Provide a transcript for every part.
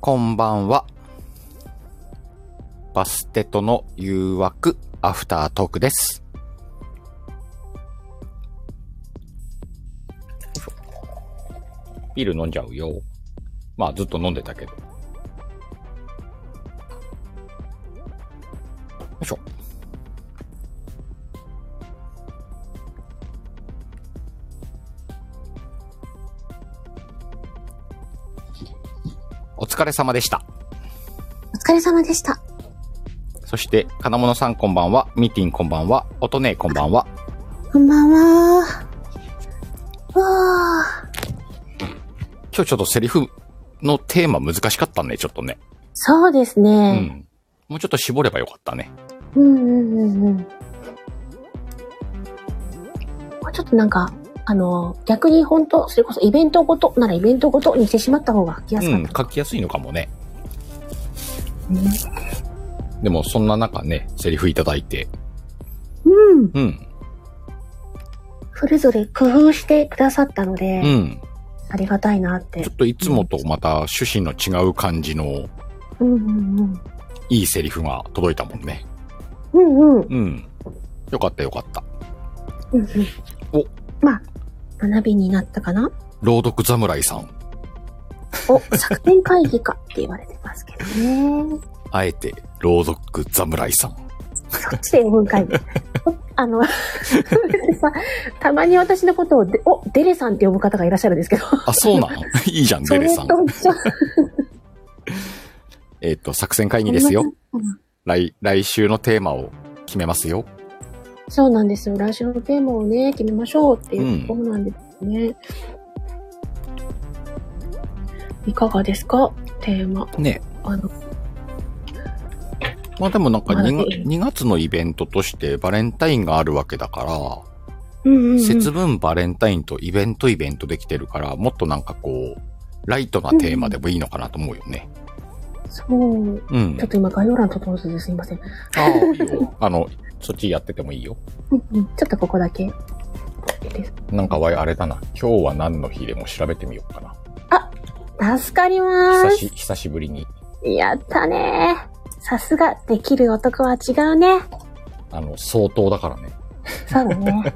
こんばんは。バステとの誘惑、アフタートークです。ビール飲んじゃうよ。まあ、ずっと飲んでたけど。よいしょ。お疲れ様でした。お疲れ様でした。そして、金物さんこんばんは、ミーティンこんばんは、音ねえこんばんは。こんばんは。わあ、今日ちょっとセリフのテーマ難しかったね、ちょっとね。そうですうね。ん。もうちょっと絞ればよかったね。うん、うん、うん、うん。これちょっとなんか、あの、逆に本当それこそイベントごとならイベントごとにしてしまった方が書きやうすかっん、書きやすいのかもね。たね。でもそんな中ね、セリフいただいて。うん。うん、それぞれ工夫してくださったので、うん。ありがたいなっちてょ。っといつもとまた趣旨の違う感じのうん、うん、うん。いいセリフが届いたもんね。うん、うん。うん。よかったよかった。うん、うん。おまあ、学びになったかな朗読侍さん、お、作戦会議かって言われてますけどね。あえて朗読侍さん。そっちで分解。あの、 さ、たまに私のことをで、お、デレさんって呼ぶ方がいらっしゃるんですけど。あ、そうなの いいじゃん、そデレれさん。と一緒。えっ、と、作戦会議ですよ。来、来週のテーマを決めますよ。そうなんですよ。来週のテーマをね、決めましょうっていうところなんですね。いかがですかテーマ。ね。あの、まあでもなんかまだ 2, 出る月のイベントとしてバレンタインがあるわけだから、うんうん、うん。節分バレンタインとイベントイベントできてるから、もっとなんかこう、ライトなテーマでもいいのかなと思うよね。そう。うんちょ。っと今概要欄整えずですいません。ああ、いいよ。 あの、そっちやっててもいいよ。うんうん、ちょっとここだけ。ですなんかわいあれだな。今日は何の日でも調べてみようかな。助かります。久し、久しぶりに。やったねさすが、できる男は違うね。あの、相当だからね。そうだね。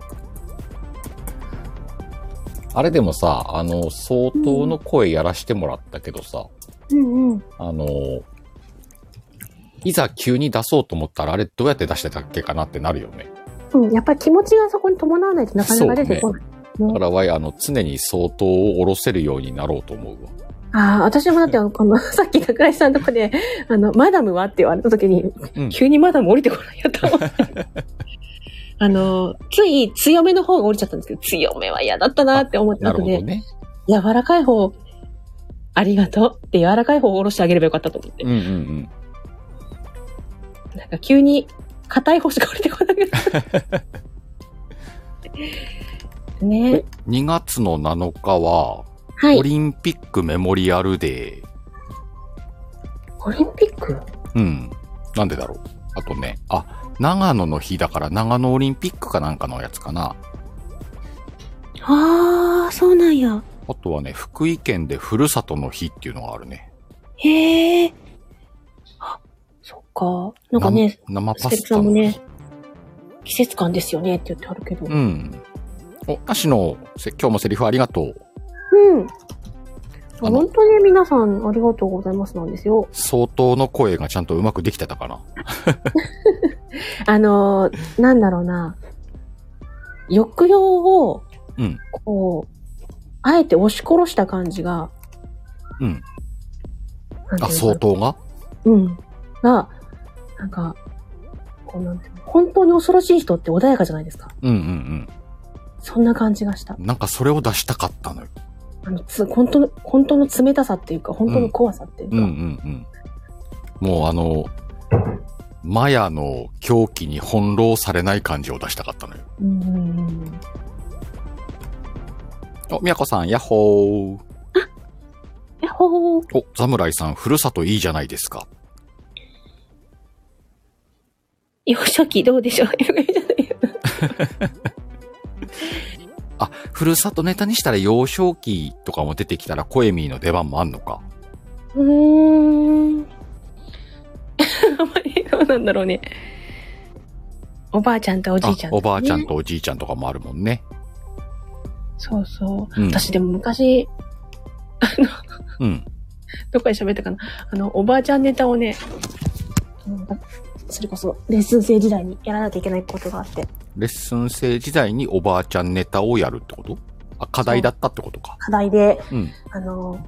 あれでもさ、あの、相当の声やらしてもらったけどさ、 うんうん。あの、いざ急に出そうと思ったら、あれどうやって出してたっけかなってなるよね。うん、やっぱり気持ちがそこに伴わないとなかなか出てこない。だから、わい、あの、常に相当を下ろせるようになろうと思うわ。ああ、私もだって、あの、この さっき桜井さんのとこで、あの、マダムはって言われた時に、うん。急にマダム降りてこないやと思って。 あの、つい強めの方が降りちゃったんですけど、強めは嫌だったなって思ったなる後ほどで、ね。柔らかい方、ありがとうって柔らかい方を下ろしてあげればよかったと思ってうん。うんうん。なんか急に硬い方しか降りてこなくな った。ね。 2月の7日は、はオい。リンピックメモリアルデー。オリンピックうん。なんでだろう。あとね、あ、長野の日だから長野オリンピックかなんかのやつかな。ああ、そうなんや。あとはね、福井県でふるさとの日っていうのがあるね。へえ。あ、そっか。なんかね、生パステルスさタんのも日。ね、季節感ですよねって言ってあるけど。う。うんん。お、なしの、せ今日もセリフありがとう。あの本当に皆さんありがとうございますなんですよ。相当の声がちゃんとうまくできてたかな。あのー、なんだろうな。抑揚を、うんこう、あえて押し殺した感じが、うん。なんていあ、うの相当がうん。が、なんか、こうなんていうの本当に恐ろしい人って穏やかじゃないですか。うんうんそんな感じがした。うん。なんかそれを出したかったのよ。あの、つ、本当の、本当の冷たさっていうか、本当の怖さっていうか。うんうんうん。もうあの、マヤの狂気に翻弄されない感じを出したかったのよ。うんうんうんお、みやこさん、ヤッホー。え、ほー。お、ザムライさん、ふるさといいじゃないですか。 幼少期どうでしょう いいじゃないよあ、ふるさとネタにしたら幼少期とかも出てきたら、コエミーの出番もあんのか。うーん。うなんだろうね。おばあちゃんとおじいちゃん、あおばあちゃん。とおじいちゃんとかもあるもんね。そうそう。うん私でも昔、うん。どっかで喋ったかな。あの、おばあちゃんネタをね、あのそれこそ、レッスン生時代にやらなきゃいけないことがあって、レッスン生時代におばあちゃんネタをやるってことあ、課題だったってことか。課題で、うん。あの、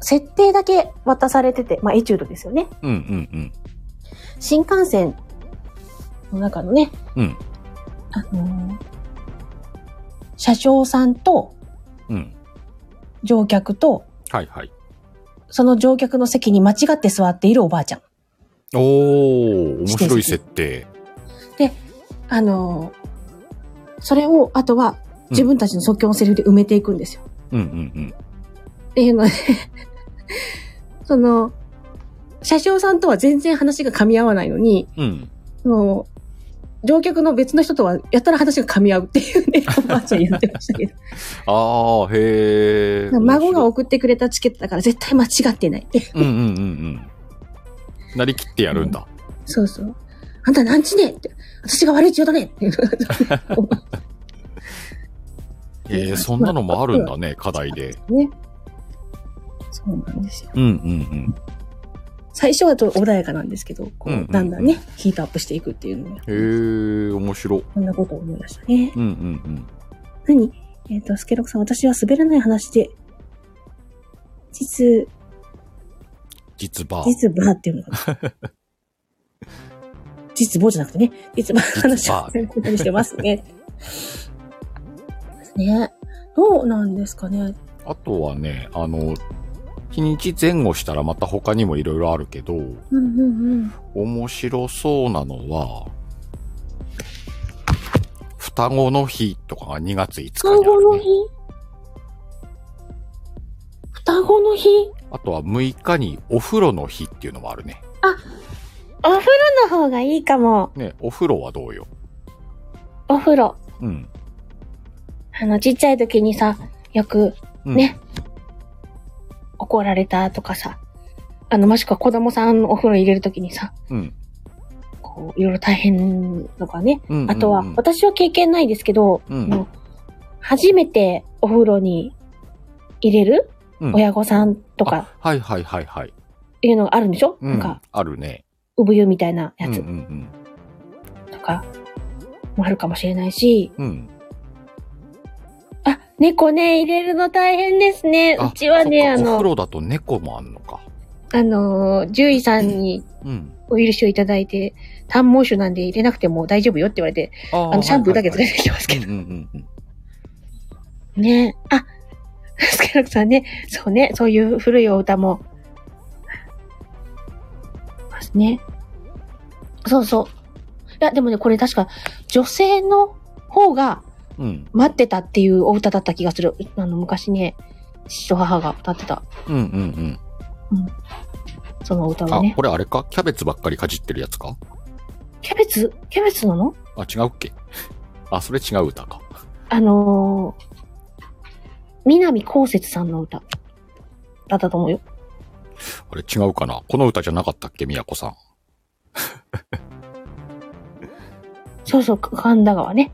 設定だけ渡されてて、まあ、エチュードですよね。うんうん新幹線の中のね、うん。うん。あのー車掌さんとうん。乗客と、はいはい。その乗客の席に間違って座っているおばあちゃん。おー、面白い設定。あのーそれを、あとは、自分たちの即興のセリフで埋めていくんですよ。うんうんっていうので、 その、車掌さんとは全然話が噛み合わないのに、うん。うん。その、乗客の別の人とは、やたら話が噛み合うっていうね、おばあちゃん言ってましたけど。あー、へー。孫が面送ってくれたチケットだから絶対間違ってないって。白いうんうんうんうん。なりきってやるんだ。そうそう。あんたなんちねって。私が悪い千代だねっていうのがえー、そんなのもあるんだね、課題で。ね。 そうなんですよ。うんうん最初はと穏やかなんですけど、こうんうんうんう、だんだんね、ヒートアップしていくっていうのが、うん。へー、面白。こんなことを思いましたね。うんうんうん。何えっ、と、スケロクさん、私は滑らない話で、実、実ば。実母っていうのかな。 実母じゃなくてね、実母の話をすることにしてますね。ですね。どうなんですかね。あとはね、あの、日にち前後したらまた他にもいろいろあるけど、うんうんうん。面白そうなのは、双子の日とかが2月5日双にあ子る、の日ね。双子の日あとは6日にお風呂の日っていうのもあるね。お風呂の方がいいかも。ね、お風呂はどうよ。お風呂。うん。あの、ちっちゃい時にさ、よくうん、ね、怒られたとかさ、あの、もしくは子供さんのお風呂入れる時にさ、うん。こう、いろいろ大変のがね。うん。うんあとは、うん私は経験ないですけど、うん。初めてお風呂に入れる、うん親御さんとかあはいはいはいはい。いうのがあるんでしょ、うなんん。か、あるね。産湯みたいなやうんうつんとかもあるかもしれないし、うん。うん。あ、猫ね、入れるの大変ですね。あうちはね、あそっかお風の、呂だと猫もあんのか。あの、獣医さんにうん。お許しをいただいて、短毛種なんで入れなくても大丈夫よって言われて、ああの、シャンプーだけ連ね。れてきますけどうんうんうん ね。あ、スケロクさんね、そうね、そういう古いお歌も。ますね。そうそう。いや、でもね、これ確か、女性の方がうん。うん。待ってたっていうお歌だった気がする。あの、昔ね、父と母が歌ってた、うんうんうん。そのお歌はあ、ね。これあれかキャベツばっかりかじってるやつかキャベツキャベツなのあ、違うっけあ、それ違う歌か。あのー、南こうせつさんの歌。だったと思うよ。あれ違うかなこの歌じゃなかったっけみやこさん。そうそう、神田川ね。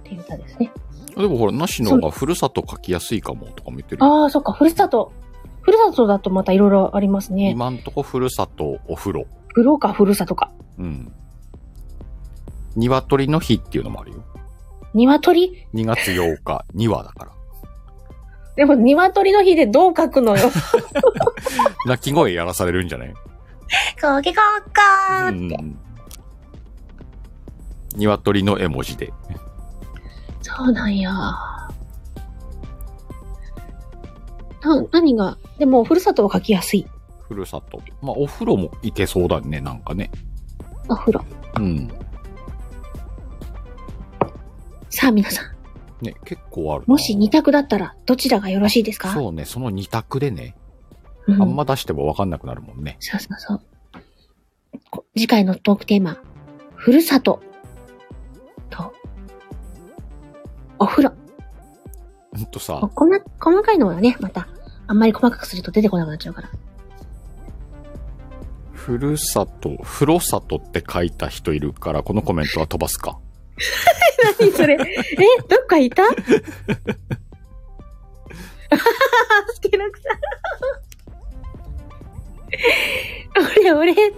っていう歌ですね。でもほら、なしのがふるさと書きやすいかもとかも言ってるよ。ああ、そっか、ふるさと。ふるさとだとまたいろいろありますね。今んとこふるさと、お風呂。風呂かふるさとか。うん。鶏の日っていうのもあるよ。鶏2月8日、2話 だから。でも鶏の日でどう書くのよ。鳴き声やらされるんじゃないかけかっかうーって。ん。鶏の絵文字で。そうなんや。な、何が、でもふるさとを書きやすい。ふるさと。まあ、お風呂もいけそうだね、なんかね。お風呂。うん。さあ皆さん、ね、結構あるな。もし二択だったらどちらがよろしいですかそうね、その二択でね、うあんま出してもわかんなくなるもんね。そうそうそう。こ次回のトークテーマ、ふるさとと、お風呂。ほんとさ、こんな、細かいのはね、また、あんまり細かくすると出てこなくなっちゃうから。ふるさと、ふろさとって書いた人いるから、このコメントは飛ばす か。何それえ、どっかいたあははは、好きなくさん。俺、俺って。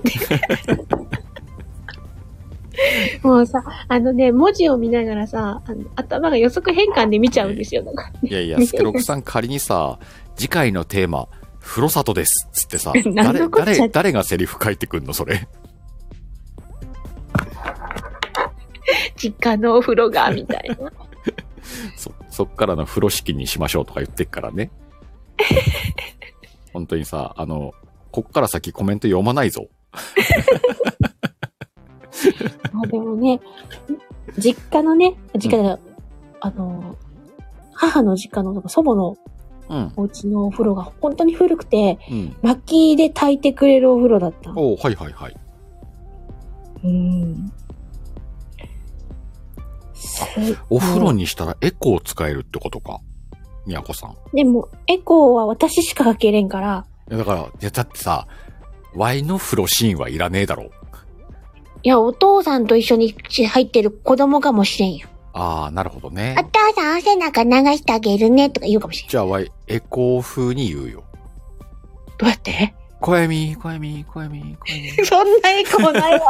もうさ、あのね、文字を見ながらさ、あの頭が予測変換で見ちゃうんですよ。なんか、いやいや、スケロクさん仮にさ、次回のテーマ、ふろさとです。つってさ何誰、のこっちゃ誰、誰がセリフ書いてくんのそれ。 実家のお風呂が、みたい な。そ、そっからの風呂敷にしましょうとか言ってっから ね。本当にさ、あの、こっから先コメント読まないぞ。まあでもね、実家のね、実家で、あの、母の実家のとか祖母のうん。お家のお風呂が本当に古くて、うん。薪で炊いてくれるお風呂だった。おうはいはいはい。うん。すお風呂にしたらエコー使えるってことか。みやこさん。いでも、エコーは私しかかけれんから、や、だから、いや、だってさ、ワイの風呂シーンはいらねえだろ。いや、お父さんと一緒に入ってる子供かもしれんよ。ああ、なるほどねお。父さん汗なんか流してあげるね、とか言うかもしれん。じゃあ、ワイ、エコー風に言うよ。どうやって小闇、小闇、小闇、小闇。 そんなエコーないわ。そんなエコーはないわ。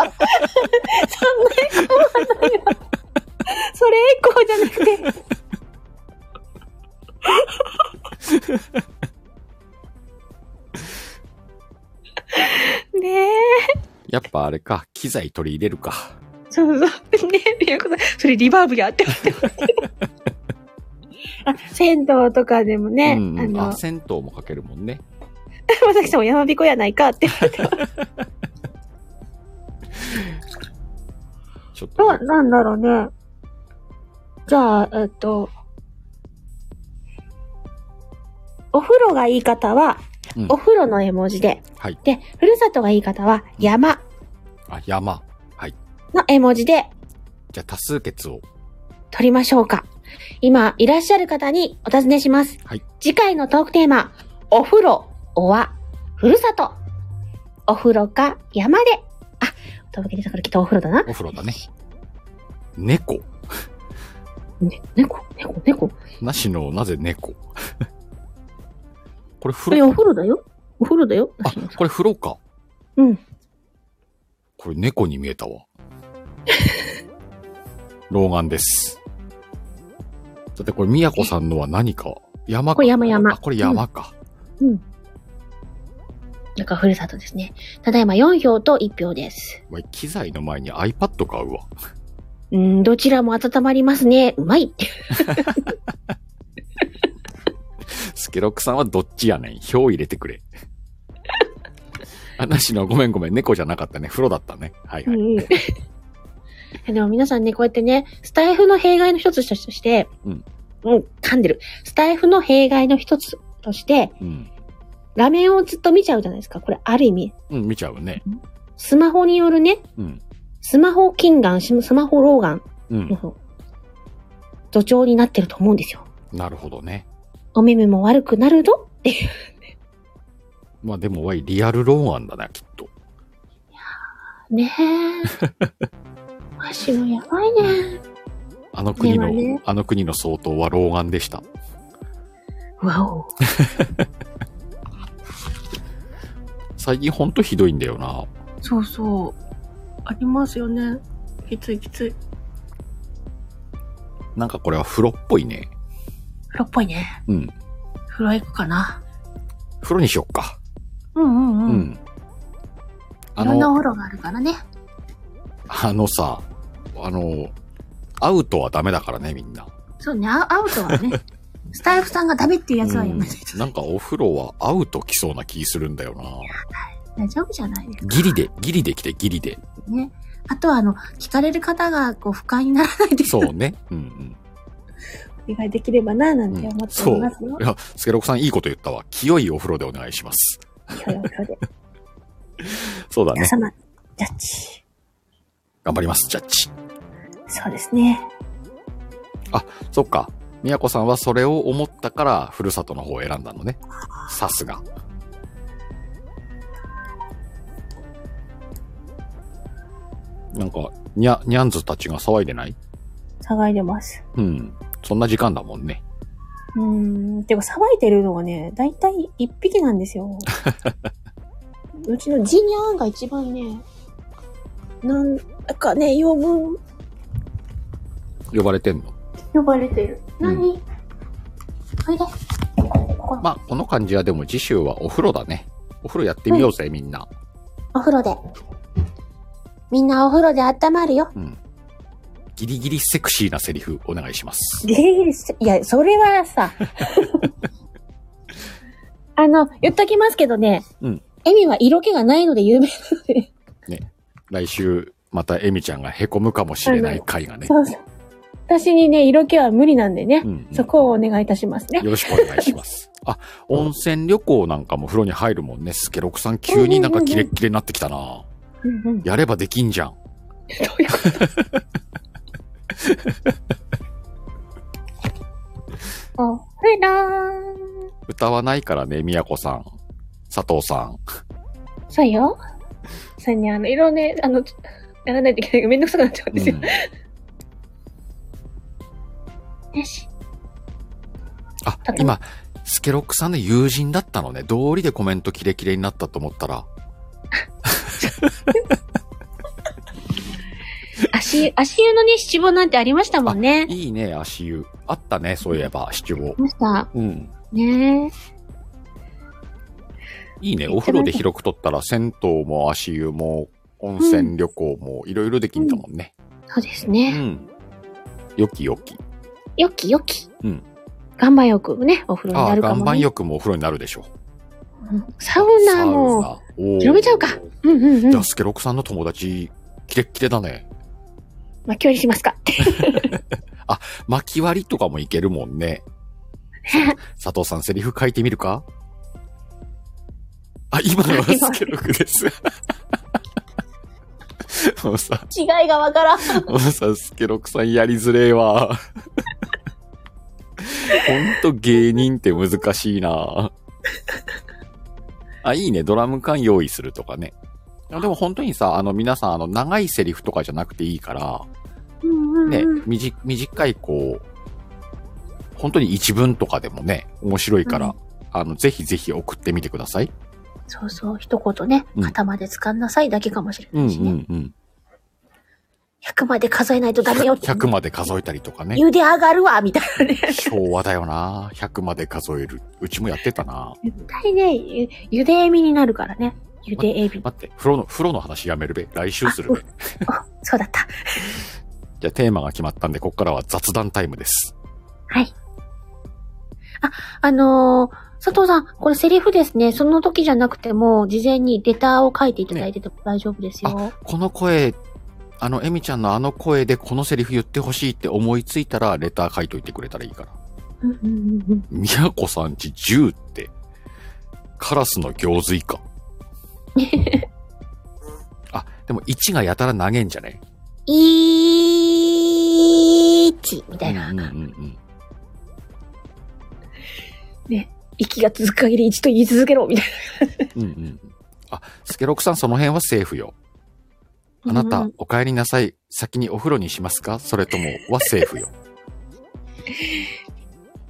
それエコーじゃなくて。ねえ。やっぱあれか、機材取り入れるか。そうそう。ねえ、みやこさん。それリバーブやって思ってますあ、銭湯とかでもね、うんあうん、のあ、、銭湯もかけるもんね。まさきさんも山彦やないかって。ちょっとな、。なんだろうね。じゃあ、えっと、お風呂がいい方は、うんお風呂の絵文字で、はいで、ふるさとがいい方は、山あ、山。の絵文字でじゃあ多数決を。撮りましょうか。今、いらっしゃる方にお尋ねします。はい次回のトークテーマ、お風呂、おわ、ふるさと。お風呂か、山で。あ、お届け出たからきっとお風呂だな。お風呂だね。猫。ね、猫、猫、猫。なしの、なぜ猫 これこ風れお呂風呂だよ。お風呂だよ。あ、これ風呂か。うん。これ猫に見えたわ。 老眼です。だってこれ、みやこさんのは何か山か。これ山山あ、これ山か。なんかふるさとですね。ただいま4票と1票です。お前機材の前に iPad 買うわ。うん、どちらも温まりますね。うまいって。スケロックさんはどっちやねん。票入れてくれ。 あ、なしの、ごめんごめん。猫じゃなかったね。風呂だったね。はいはい。うん。 でも皆さんね、こうやってね、スタイフの弊害の一つとして、うん。もう噛んでる。スタイフの弊害の一つとして、うん。画面をずっと見ちゃうじゃないですか。これある意味。うん、見ちゃうね。スマホによるね、うん。スマホ近眼、しスマホ老眼うん。の土壌になってると思うんですよ。なるほどね。お目目も悪くなるぞっていう。まあでも、わい、リアルローンだね、きっと。 ねえ。マシもやばいね。あの国の、でもねあの国の総統は老眼でした。わお。最近ほんとひどいんだよな。そうそう。ありますよね。きついきつい。なんかこれは風呂っぽいね。風呂っぽいね。うん。風呂行くかな。風呂にしよっか。うんうんううん。いん。あろんなおの、風呂があるからね。あのさ、あの、アウトはダメだからね、みんな。そうね、アアウトは ね。スタイフさんがダメっていうやつはやめて、うんなんかお風呂はアウト来そうな気するんだよな。大丈夫じゃないですギリで、ギリで来て、ギリで。かね。あとは、あの、聞かれる方が、こう、不快にならないで、そうね。 うんお願いできればな、なうんん。てう思ん、っておそりうますよ。。いや、スケロクさんいいこと言ったわ。清いお風呂でお願いします。 今日は今日で。そうだ皆ね。様、ジャッジ。頑張ります、ジャッジ。そうですね。そっか。宮子さんはそれを思ったから、ふるさとの方を選んだのね。さすが。なんか、にゃ、にゃんずたちが騒いでない騒いでます。うん。そんな時間だもんね。うーん。てか、騒いでるのがね、だいたい一匹なんです よ。うちのジニャーンが一番ね、なんかね、呼ぶ、呼ばれてんの。呼ばれてる。うん何、おいで。ここまあ、この感じはでも次週はお風呂だね。お風呂やってみようぜ、みんな。お風呂で。みんなお風呂で温まるよ。うん。ギリギリセクシーなセリフお願いします。ギリギリせいや、それは さ。あの、言っときますけどね。うんエミは色気がないので有名なので。来週、またエミちゃんが凹むかもしれない回がね。そうそう。私にね、色気は無理なんでねう。ん、うん。そよこをお願いいたしま すね。ろしくお願いします。あ、温泉旅行なんかも風呂に入るもんね。スケロクさん急になんかキレッキレになってきたな。うんうん。どやればできんじゃん。ういうことお風呂歌わないからね、みやこさん。佐藤さん。そうよ。それに、あの、いろんな、あの、やらないといけないからめんどくさくなっちゃうんですよ。うんよし。あだっ、て今、スケロックさんの友人だったのね。道理でコメントキレキレになったと思ったら、足、足湯のね、七望なんてありましたもんね。いいね、足湯。あったね、そういえば、七五あ。りました。うん。ねいいね、お風呂で広くとったら、銭湯も足湯も、温泉旅行も、いろいろできんだもんね。そうですうね。ん。よきよき。よきよき。うん。岩盤浴もね、お風呂にあなあ、るか岩も、盤ね。浴もお風呂になるでしょ。うんサウナも。サウナ。広めちゃうかうんうんうんじゃ。あ、スケロックさんの友達、キレッキレだね。まあ、距離し ますか。 巻き割りとかもいけるもんね。佐藤さん、セリフ書いてみるかあ、今のはスケロク です。もうさ、違いがわからん。もうさ、スケロクさんやりづれえわ。 ほんと芸人って難しいなあ、いいね。ドラム缶用意するとかね。でも本当にさ、あの皆さん、あの長いセリフとかじゃなくていいから、うんうんうん。ね、短短いこう、本当に一文とかでもね、面白いから、うんあの、ぜひぜひ送ってみてください。そうそう、一言ね、うん肩まで掴んなさいだけかもしれうんなういしね。んうん。 100まで数えないとダメよって。 100まで数えたりとか ね。茹で上がるわ、みたいなね。昭和だよな。100まで数える。うちもやってたな。絶対ね、ゆ茹でエビになるからね。茹でエビ。待って、風呂の、風呂の話やめるべ。来週するべ。 あそうだった。じゃあテーマが決まったんで、ここからは雑談タイムです。はい。あ、あのー佐藤さん、これセリフですね。その時じゃなくても、事前にレターを書いていただいてても大丈夫ですよ。この声、あの、エミちゃんのあの声でこのセリフ言ってほしいって思いついたら、レター書いといてくれたらいいから。うんうんうんうんみやこさんち10って、カラスの行水か。あ、でも1がやたら投げんじゃねいーち、みうたいんうな。んうんうん。息が続く限り1と言い続けろ、みたいうんうん。あ、スケロクさんその辺はセーフよ。あな。なた、お帰りなさい。先にお風呂にしますかそれとも、はセーフよ。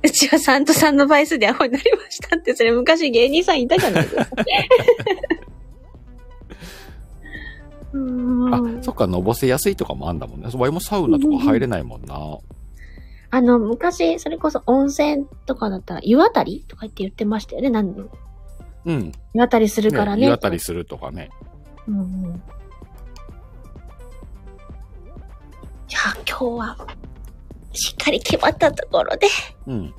うちはさんとさんの倍数でアホになりましたって、それ昔芸人さんいたじゃない ですか。あうー、んそっか、のぼせやすいとかもあんだもんね。そワイもサウナとか入れないもんな。あの、昔、それこそ温泉とかだったら、湯あたりとか言って言ってましたよね、何度もうん。ね湯あたりするからね。湯あたりするとかね。うんうん。じゃあ今日は、しっかり決まったところで、うん。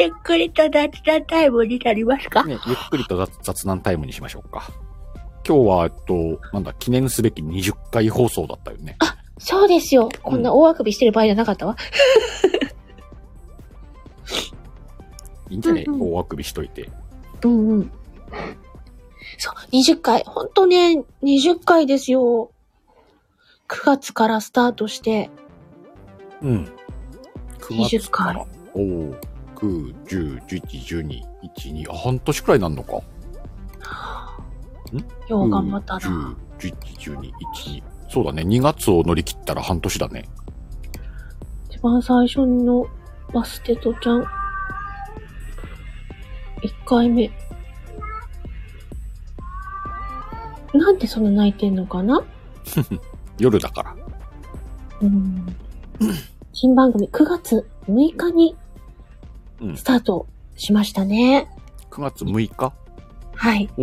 ゆっくりと脱談タイムになりますかね、ゆっくりと雑雑談タイムにしましょうか。今日は、えっと、なんだ、記念すべき20回放送だったよね。そうですよ。こんな大あくびしてる場合じゃなかったわ。いいんじゃね、うんうん大あくびしといて。うんうん。そう、20回。ほんとね、20回ですよ。9月からスタートして、うん。 20回。おおー、9、10、11、12、1、2、あ、半年くらいなんのか。よう頑張ったな。 10、11、12、1、2。そうだね。2月を乗り切ったら半年だね。一番最初のバステトちゃん。一回目。なんでそんな泣いてんのかな夜だから。うん。新番組9月6日にうんスタートしましたね。 9月6日はい。お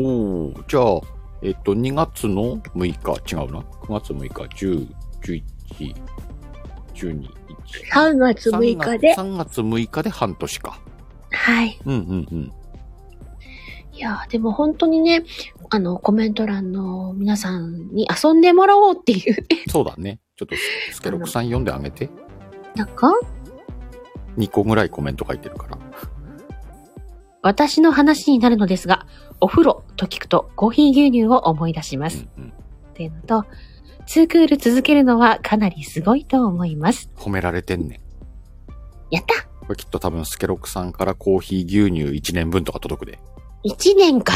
おじゃあ、えっと、2月の6日、違うな。9月6日、10、11、12、1。 3月6日で。 3月6日で半年か。はい。うんうんうん。いやーでも本当にね、あの、コメント欄の皆さんに遊んでもらおうっていう、そうだね。ちょっとス、スケロクさん読んであげて。なんか、 2個ぐらいコメント書いてるから。私の話になるのですが、お風呂と聞くとコーヒー牛乳を思い出します。うんうん。っていうのと、ツークール続けるのはかなりすごいと思います。褒められてんね。やったこれきっと多分スケロクさんからコーヒー牛乳1年分とか届くで。 !1 年 か。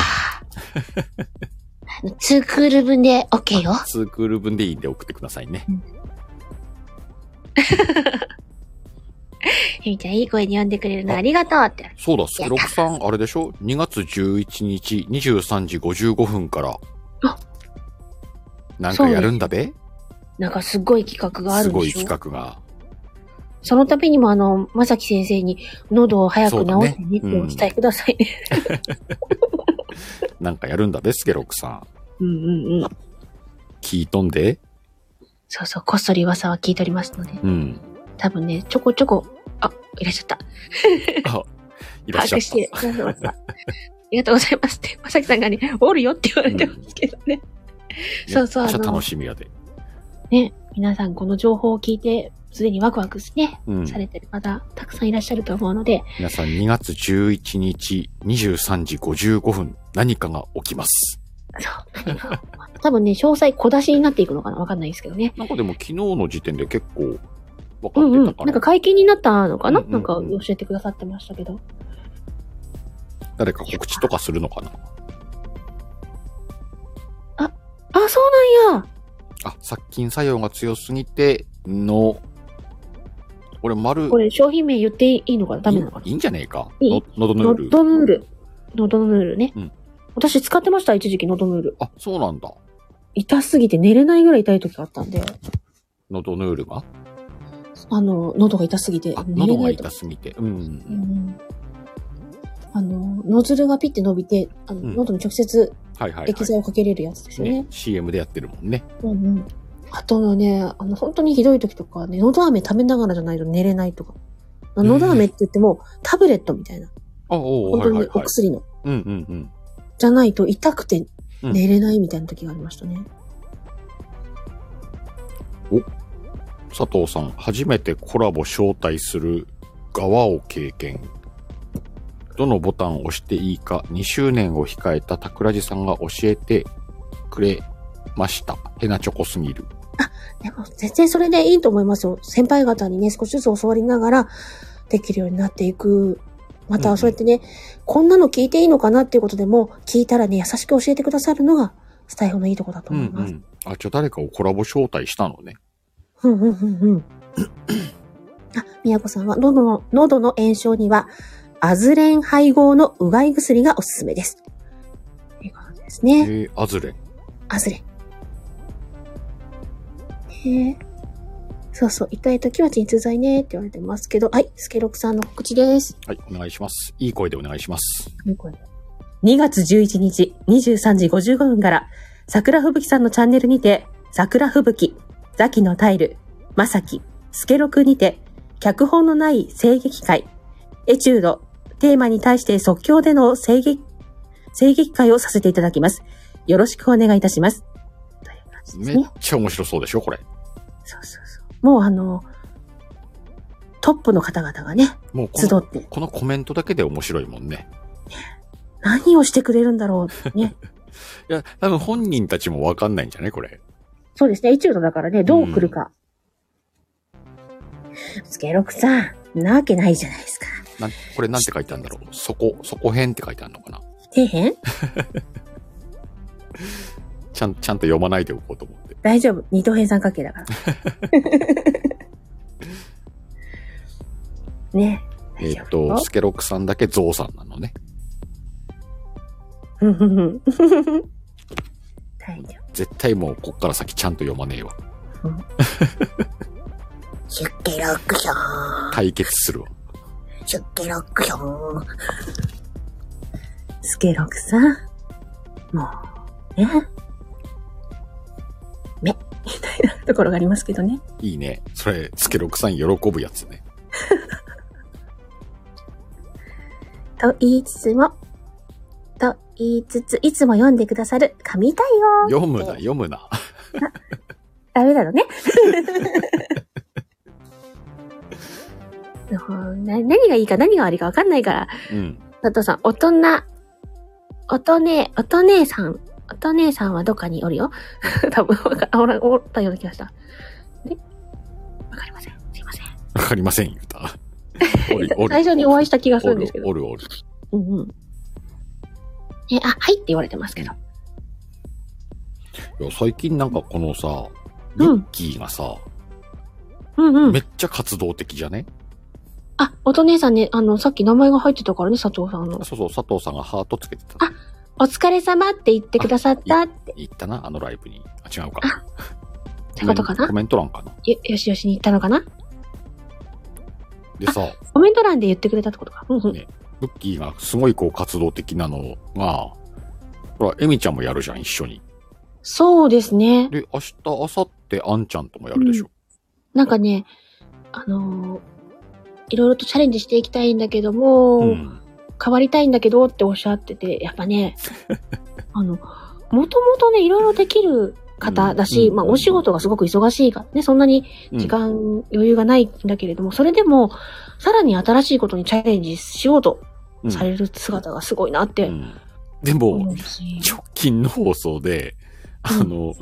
あのツークール分で OK よ。ツークール分でいいんで送ってくださいね。ひみちゃんいい声に呼んでくれるのありがとうって。そうだ、スケロクさん、あれでしょ ?2 月11日23時55分から。あなんかやるんだべなんかすごい企画があするんごでいしょ企画が。そのためにもあの、まさき先生に喉を早くそ治うだねしてねってお伝えくださいね。なんかやるんだべ、スケロクさん。うんうんうん。聞いとんで。そうそう、こっそり噂は聞いておりますので、うん。多分ね、ちょこちょこ、あ、いらっしゃった。あ、いらっ把しゃ握っして、 そうそうそうありがとうございます って、まさきさんがね、おるよって言われてますけどね。た。そうそうめっちゃあの楽しみやで。ね、皆さんこの情報を聞いて、すでにワクワクしてね、うん。されてる方、たくさんいらっしゃると思うので、皆さん2月11日23時55分、何かが起きます。そう。多分ね、詳細小出しになっていくのかなわかんないですけどね。なんかでも昨日の時点で結構分うんうかってたん。から、なんか会見になったのかな、うんうんうんなんか教えてくださってましたけど。誰か告知とかするのかなあ、そうなんや。あ、殺菌作用が強すぎて、の、俺、丸、これ商品名言っていいのかなダメなのかいいいいんじゃねえかいいの、のどなぬノる。ドヌール。ノドヌールね。うん私使ってました、一時期ノドヌール。あ、そうなんだ。痛すぎて寝れないぐらい痛い時があったんで、のどぬるがあの、喉が痛すぎてあ、寝れ喉ながいと痛。すぎて。うんう。んあの、ノズルがピッて伸びて、あの、うん喉に直接はいはい、はい。液剤をかけれるやつですよね。ね CM でやってるもんね。うんうん。あとのね、あの、本当にひどい時とかね、喉飴食べながらじゃないと寝れないとか。喉飴って言っても、タブレットみたいな。あ、おう本はい当はにいはおい。薬の。うんうんうん。じゃないと痛くて寝れないみたいな時がありましたね。佐藤さん、初めてコラボ招待する側を経験。どのボタンを押していいか、2周年を控えた桜地さんが教えてくれました。ヘナチョコすぎる。でも、全然それでいいと思いますよ。先輩方にね、少しずつ教わりながら、できるようになっていく。まうんうた、んそうやってね、こんなの聞いていいのかなっていうことでも、聞いたらね、優しく教えてくださるのが、スタイフのいいとこだとうん思います。うん。あ、じゃあ誰かをコラボ招待したのね。うんうんうんうん。あ、みやこさんは、喉の、喉の炎症には、アズレン配合のうがい薬がおすすめです。ということですえね。ー、アズレン。アズレン。へえ。そうそう、痛い時は鎮痛剤ねって言われてますけど、はい、スケロクさんの告知です。はい、お願いします。いい声でお願いします。 2月11日23時55分から、桜吹雪さんのチャンネルにて、桜吹雪、ザキのタイル、まさき、スケロクにて、脚本のない声劇会、エチュード、テーマに対して即興での声劇、声劇会をさせていただきます。よろしくお願いいたします。という感じですめっね。ちゃ面白そうでしょ、これ。そうそうそう。もうあの、トップの方々がね、もうこ集の、って、このコメントだけで面白いもんね。何をしてくれるんだろう。 ね。いや、多分本人たちもわかんないんじゃないこれ。そうですね、エチュードだからね、どう来るか。スケロクさん、なわけないじゃないですか。なん、これなんて書いてあるんだろう。そこ、そこ編って書いてあるのかな。底辺ちゃん、ちゃんと読まないでおこうと思って。大丈夫。二等辺三角 形だから。ね。えーっと、スケロクさんだけゾウさんなのね。ふんふんふん大丈絶対もうこっから先ちゃんと読まねえわ。シュッケロックショー対決するわ。シュッケロックショー夫。スケロクさん。もう、ね。目、みたいなところがありますけどね。いいね。それ、スケロクさん喜ぶやつね。と言いつつも、と言いつつ、いつも読んでくださる神対応。読むな、読むな。ダメだろうね。 もうな何がいいか何が悪いか分かんないから、うん。佐藤さん、大人、おとね、おと姉さん、おと姉さんはどっかにおるよ。 多分、わかあおら、おったような気がした。でわかりません。すいません。わかりません、言う た。おる最初にお会いした気がすおるんるですけど。おるおる。うんうん。え、あ、はいって言われてますけど。いや、最近なんかこのさ、ミうんッキーがさ、うんうんめ。っちゃ活動的じゃねあ、おと姉さんね、あの、さっき名前が入ってたからね、佐藤さんのあ。そうそう、佐藤さんがハートつけてた。あお疲れ様って言ってくださったって、行ったな、あのライブに。あ、違うか。ってことかなコメント欄かな。よ、よしよしに言ったのかなでさ、コメント欄で言ってくれたってことか。うんうん。ねブッキーがすごいこう活動的なのが、ほら、エミちゃんもやるじゃん、一緒に。そうですね。で、明日、明後日、アンちゃんともやるでしょ。なんかね、あのーいろいろとチャレンジしていきたいんだけども、うん。変わりたいんだけどっておっしゃってて、やっ ぱね、あの、もともとね、いろいろできる方だし、うんまあお仕事がすごく忙しいからね、そんなにうん時間余裕がないんだけれども、それでも、さらに新しいことにチャレンジしようとうんされる姿がすごいなっうてんで思もう、し。直近の放送で、あの、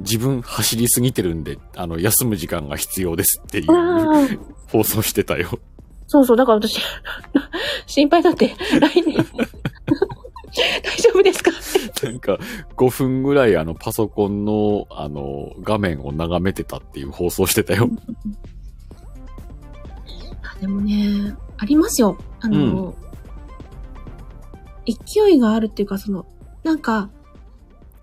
自分走りすぎてるんで、あの、休む時間が必要ですっていううわあ放送してたよ。 そうそう、だから私、 心配だって、来年、 大丈夫ですかなんか、5分ぐらいあの、パソコンの、あの、画面を眺めてたっていう放送してたよ。でもね、ありますよ。あの、勢いがあるっていうか、その、なんか、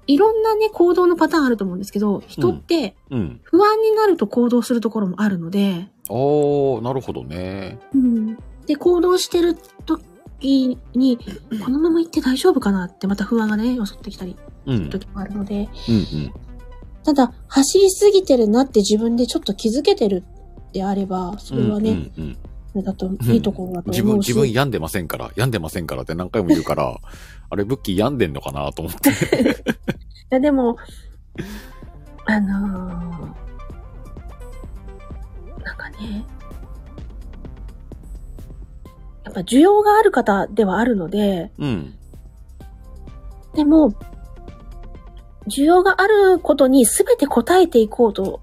いろんなね、行動のパターンあると思うんですけど、人ってうん。不安になると行動するところもあるので、あー、なるほどね。で、行動してる時に、このまま行って大丈夫かなって、また不安がね、襲ってきたり、うん。うん時もあるので、うん。ただ、走りすぎてるなって自分でちょっと気づけてるであれば、それはね、うんうんうんだと、いいところだと自思分、うし。自分病んでませんから、病んでませんからって何回も言うから、あれ、ブッキー病んでんのかなと思って。いや、でも、あのーなんかね、やっぱ需要がある方ではあるので、うん。でも、需要があることに全て応えていこうと、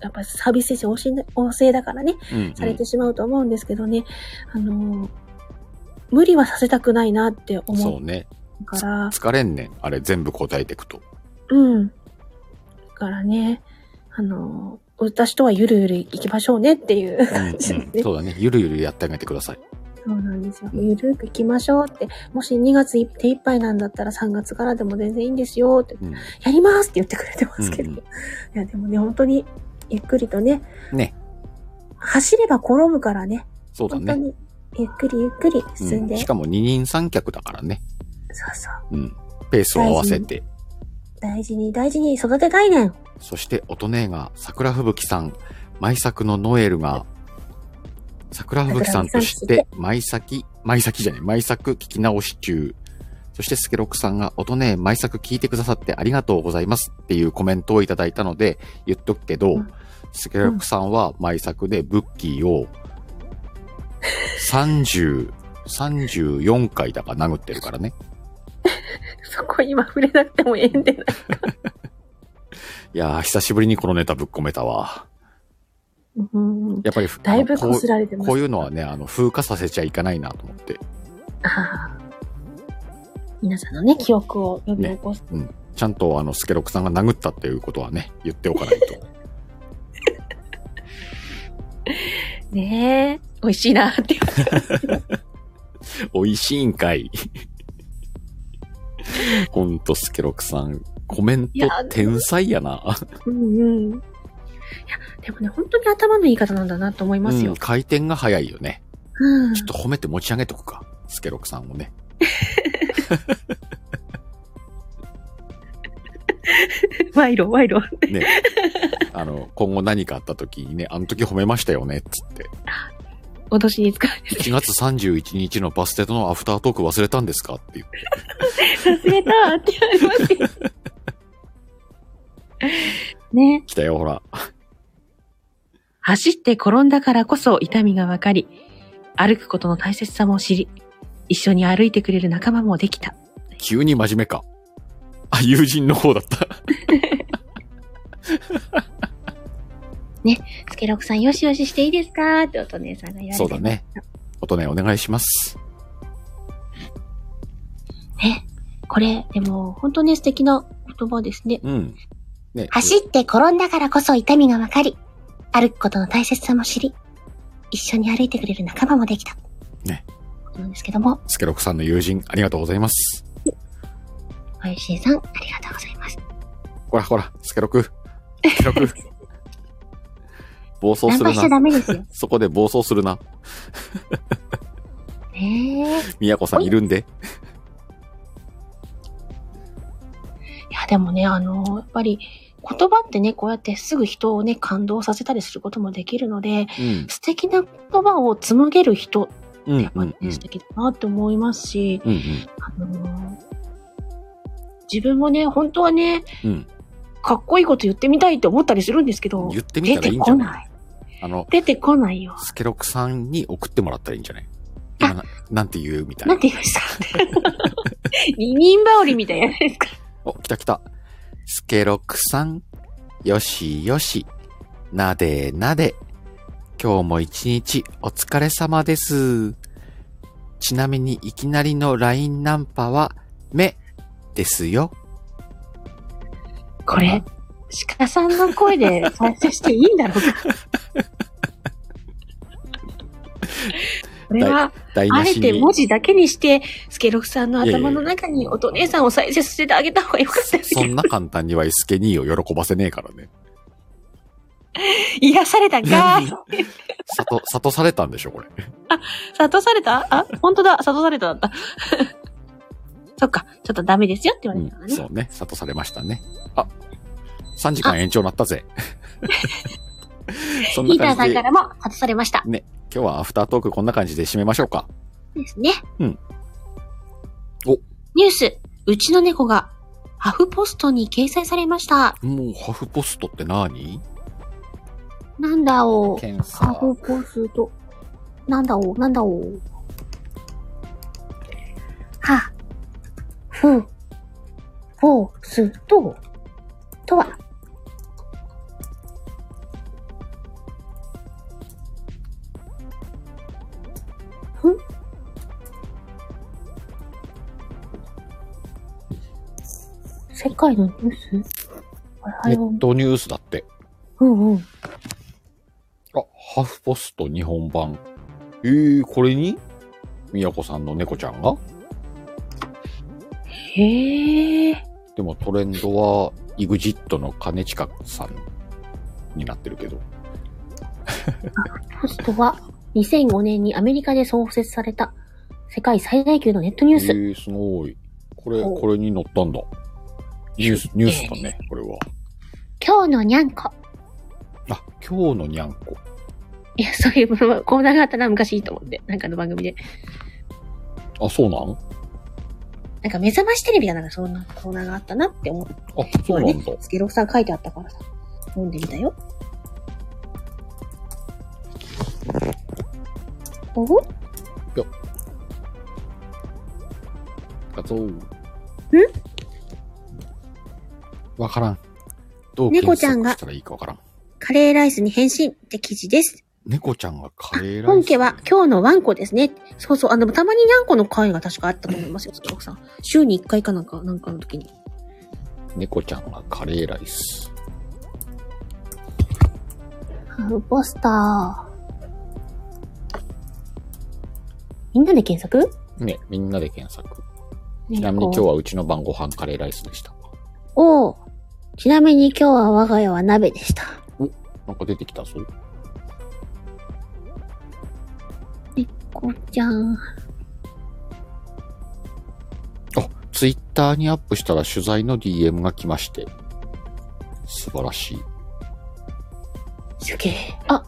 やっぱサービス精神旺盛旺盛だからね、うんうんされてしまうと思うんですけどね、あのー無理はさせたくないなってそ思うね。うから、疲れんねん。あれ、全部答えてくと。うん。だからね、あの、私とはゆるゆる行きましょうねっていう。うんうんそうだね。ゆるゆるやってあげてください。そうなんですよ。ゆるく行きましょうって。もし2月い手一杯なんだったら3月からでも全然いいんですよって。うんやりますって言ってくれてますけど。うんうんいや、でもね、本当にゆっくりとね。ね。走れば転ぶからね。そうだ本当ね。にゆっくりゆっくり進んで。うんしかも二人三脚だからね。そうそう。うん。ペースを合わせて。大事に大事に育てたいねん。そして、音姉が、桜吹雪さん、舞作のノエルが、桜吹雪さんと知って、舞先、舞先じゃない、舞作聞き直し中。そして、スケロクさんが、音姉、舞作聞いてくださってありがとうございますっていうコメントをいただいたので、言っとくけど、うんスケロクさんは舞作でブッキーを、30、34回だから殴ってるからね。そこ今触れなくてもええんでない。いやー、久しぶりにこのネタぶっ込めたわ。うん。やっぱり、だいぶあのこうこすられてます。こういうのはね、あの、風化させちゃいかないなと思って。 ああ皆さんのね、記憶を呼び起こす。うんちゃんとあの、スケロクさんが殴ったっていうことはね、言っておかないと。ねえ、美味しいなって。 美味しいんかい。ほんと、スケロクさん、コメントいや天才やな。うんうん。でもね、本当に頭のいい方なんだなと思いますうよん。回転が早いよね。うん。ちょっと褒めて持ち上げとくか。スケロクさんをね。 賄賂、賄賂。ね。あの、今後何かあった時にね、あの時褒めましたよね、つって。脅しに使うんです1月31日のバステとのアフタートーク忘れたんですかって言って。忘れたって言われ ますよ。ね。来たよ、ほら。走って転んだからこそ痛みがわかり、歩くことの大切さも知り、一緒に歩いてくれる仲間もできた。急に真面目か。あ、友人の方だった。スケロクさん、よしよししていいですかっておとねさんが言われて。そうだね。音ね、お願いします。これ、でも、本当ね、素敵な言葉ですね。うん。ね。走って転んだからこそ痛みがわかり、歩くことの大切さも知り、一緒に歩いてくれる仲間もできた。ね。なんですけども、スケロクさんの友人、ありがとうございます。おいしいさん、ありがとうございます。ほらほら、スケロク。スケロク。暴走ナすンパるしちゃな。ダメですよ。そこで暴走するな。ねえ。みやこさんいるんで。 いや、でもね、あの、やっぱり、言葉ってね、こうやってすぐ人をね、感動させたりすることもできるので、うん。素敵な言葉を紡げる人ってうんやっ、うぱりんね、うん。素敵だなって思いますし、うん、あのー自分もね、本当はね、うん。かっこいいこと言ってみたいって思ったりするんですけうん。ど、言ってみ出たらいていんじこゃないない。あの、出てこないよ。スケロクさんに送ってもらったらいいんじゃない今ななんて言うみたいな。なんて言いました 二人羽織みたいなやつですか。お、来た来た。スケロクさん、よしよし、なでなで。今日も一日お疲れ様です。ちなみにいきなりの LINE ナンパは、目ですよ。これ、鹿さんの声で再生していい んだろうか。これは、台あ無えしてに文、字だけにして、スケロクさんの頭の中にお姉さんを再生させてあげた方がよかったですそんな簡単にはスケニーを喜ばせねえからね。癒されたんかうん悟、悟されたんでしょ、これ。諭されたあ、本当だ、諭されただった。 そっか、ちょっとダメですよって言わうれたからん、ね。そうね。悟されましたね。あ、3時間延長なったぜ。そんヒなーター感さじんか、でらも外されました。今日はアフタートークこんな感じで締めましょうか。ですね。ニュース、うちの猫が、ハフポストに掲載されました。もう、ハフポストって何なんだお検査。ハフポスト。なんだおなんだおはふ、ほう、す、と、とは、世界のニュースあネれは、ットニュースだって。うんうん。あ、ハフポスト日本版。ええこれにみやこさんの猫ちゃんがへえ。でもトレンドは、イグジットの兼近さんになってるけど。ポストは、2005年にアメリカで創設された、世界最大級のネットニえュえース。すごい。これ、おこれに載ったんだ。ニュース、ニュースだね、これは。今日のにゃんこ。あ、今日のにゃんこ。いや、そういうコーナーがあったな、昔いいと思って。なんかの番組で。あ、そうなんなんか目覚ましテレビだなんかそんなコーナーがあったなって思って。あ、そうなんだ。スケロクさん書いてあったからさ。読んでみたよ。おお画像。んわからん。どう猫ちゃんが検索したらいいかわからん。カレーライスに変身って記事です。猫ちゃんがカレーライス。本家は今日のワンコですね。そうそう。あの、たまにニャンコの会が確かあったと思いますよ、スケロクさん。週に1回かなんか、なんかの時に。猫ちゃんがカレーライス。ポスター。みんなで検索ね、みんなで検索。ちなみに今日はうちの晩ご飯カレーライスでした。おうちなみに今日は我が家は鍋でした。なんか出てきたぞ。こうちゃん。あ、ツイッターにアップしたら取材の DM が来まして。素晴らしい。すげえ。あ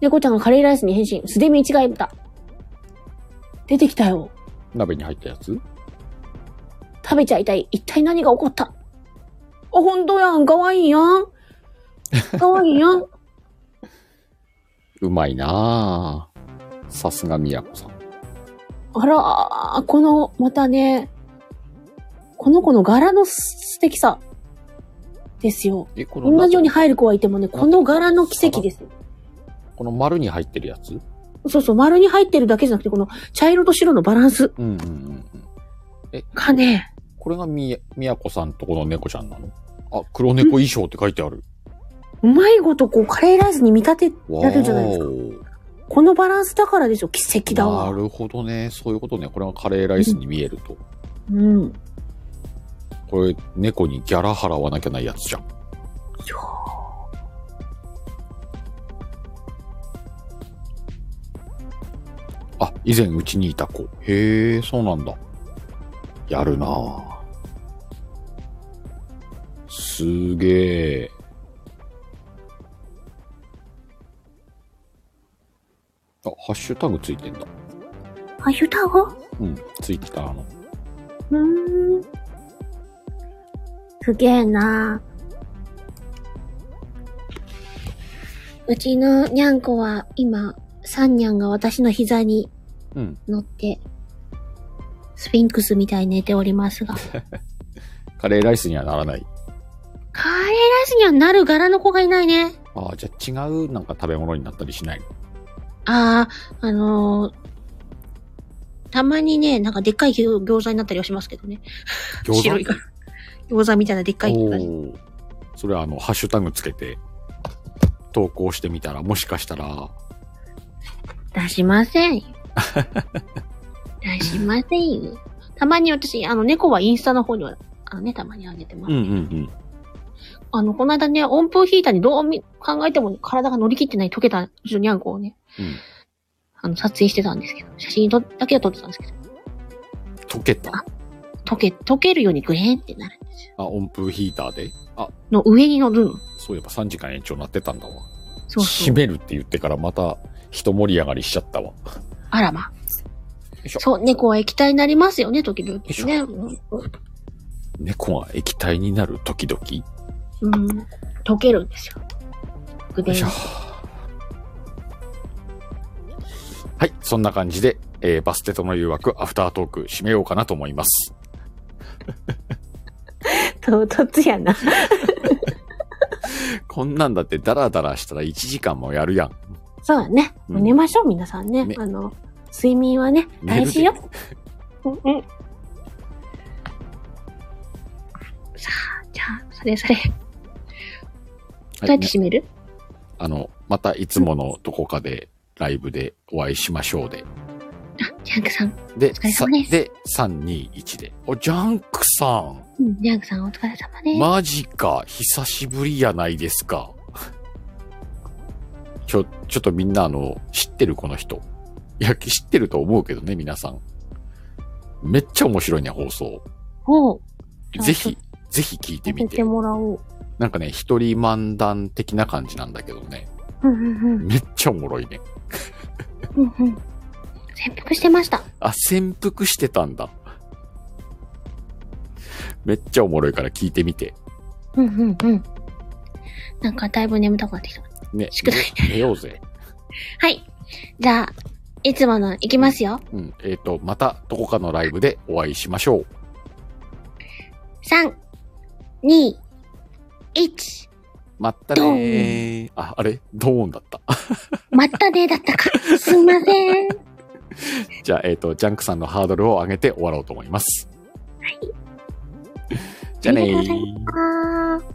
猫ちゃんがカレーライスに変身。すでに違いだ。出てきたよ。鍋に入ったやつ食べちゃいたい。一体何が起こったあ、ほんとやん。かわいいや ん。かわいいやん。うまいなぁ。さすがみやこさん。あらー、この、またね、この子の柄の素敵さ。ですよ。え、こ同じようにる。入る子はいてもね、この柄の奇跡ですよ。この丸に入ってるやつそうそう、丸に入ってるだけじゃなくて、この茶色と白のバランスうんうんうんうん。がね、これがみや、みやこさんとこの猫ちゃんなのあ、黒猫衣装って書いてある。うまいことこうカレーライスに見立て、わやるじゃないですかーこのバランスだからでしょ、奇跡だなわ。るほどね。そういうことね。これがカレーライスに見えると。うん。これ、猫にギャラ払わなきゃないやつじゃん。あ、以前うちにいた子。へえ、そうなんだ。やるなぁ。すげえ。あ、ハッシュタグついてんだ。あ、ユタゴうん、ついてた。あの、うーん。すげえなうちのにゃんこは今、サンニャンが私の膝にうん、乗って、スフィンクスみたいに寝ておりますが。カレーカレーライスにはならない。ライスにはなる柄の子がいないね。ああ、じゃあ違うなんか食べ物になったりしないああ、あのーたまにね、なんかでっかい餃餃子になったりはしますけどね。餃白いから。餃子みたいなでっかいお餃子にーそれはあの、ハッシュタグつけて、投稿してみたら、もしかしたら、出しませ んよ。出しませんよ。たまに私、あの、猫はインスタの方には、あのね、たまにあげてます。うんあの、この間ね、温風ヒーターにどうみ考えても体が乗り切ってない溶けた、うちのニャンコをね、うんあの、撮影してたんですけど、写真とだけは撮ってたんですけど、溶けた。溶け、溶けるようにグレーンってなる。あ、温風ヒーターで。あ、の上に乗るの。そういえば3時間延長なってたんだわ。そうそう閉。めるって言ってからまた、人盛り上がりしちゃったわ。あらま。いしょそう、猫は液体になりますよね、時々いしょね。うん猫が液体になる時々。ようん。溶けるんですよ。グレいしーょン。はい、そんな感じで、えーバステとの誘惑、アフタートーク、締めようかなと思います。唐突やな。こんなんだってダラダラしたら1時間もやるやん。そうだね。うん寝ましょう、皆さんね。ねあの、睡眠はね、寝る大で 事よ。うんうん。さあ、じゃあ、それそれ、どうはやいって締める、あの、またいつものどこかでライブでお会いしましょうで。あ、ジャンクさん。で、疲れさ様ですで、321で。お、ジャンクさん。うん、ジャンクさんお疲れ様です。マジか。久しぶりやないですか。 ちょ、ちょっとみんなあの、知ってるこの人。いや、知ってると思うけどね、皆さん。めっちゃ面白いね、放送。おう。ぜひ、ぜひ聞いてみ見てて。もらおう。なんかね、一人漫談的な感じなんだけどね。うんうんうん。めっちゃおもろいね。うんうん。潜伏してました。あ、潜伏してたんだ。めっちゃおもろいから聞いてみて。うんうんうん。なんかだいぶ眠たくなってきた。ね。宿題寝寝ようぜ。はい。じゃあ、いつもの行きますよ。うん。えっ、と、またどこかのライブでお会いしましょう。 3、2、1。まったねー。あ、あれドーンだった。 まったねだったか。すいません。じゃあ、えっ、と、ジャンクさんのハードルを上げて終わろうと思います。はい。じゃあねありがとうございー。ます。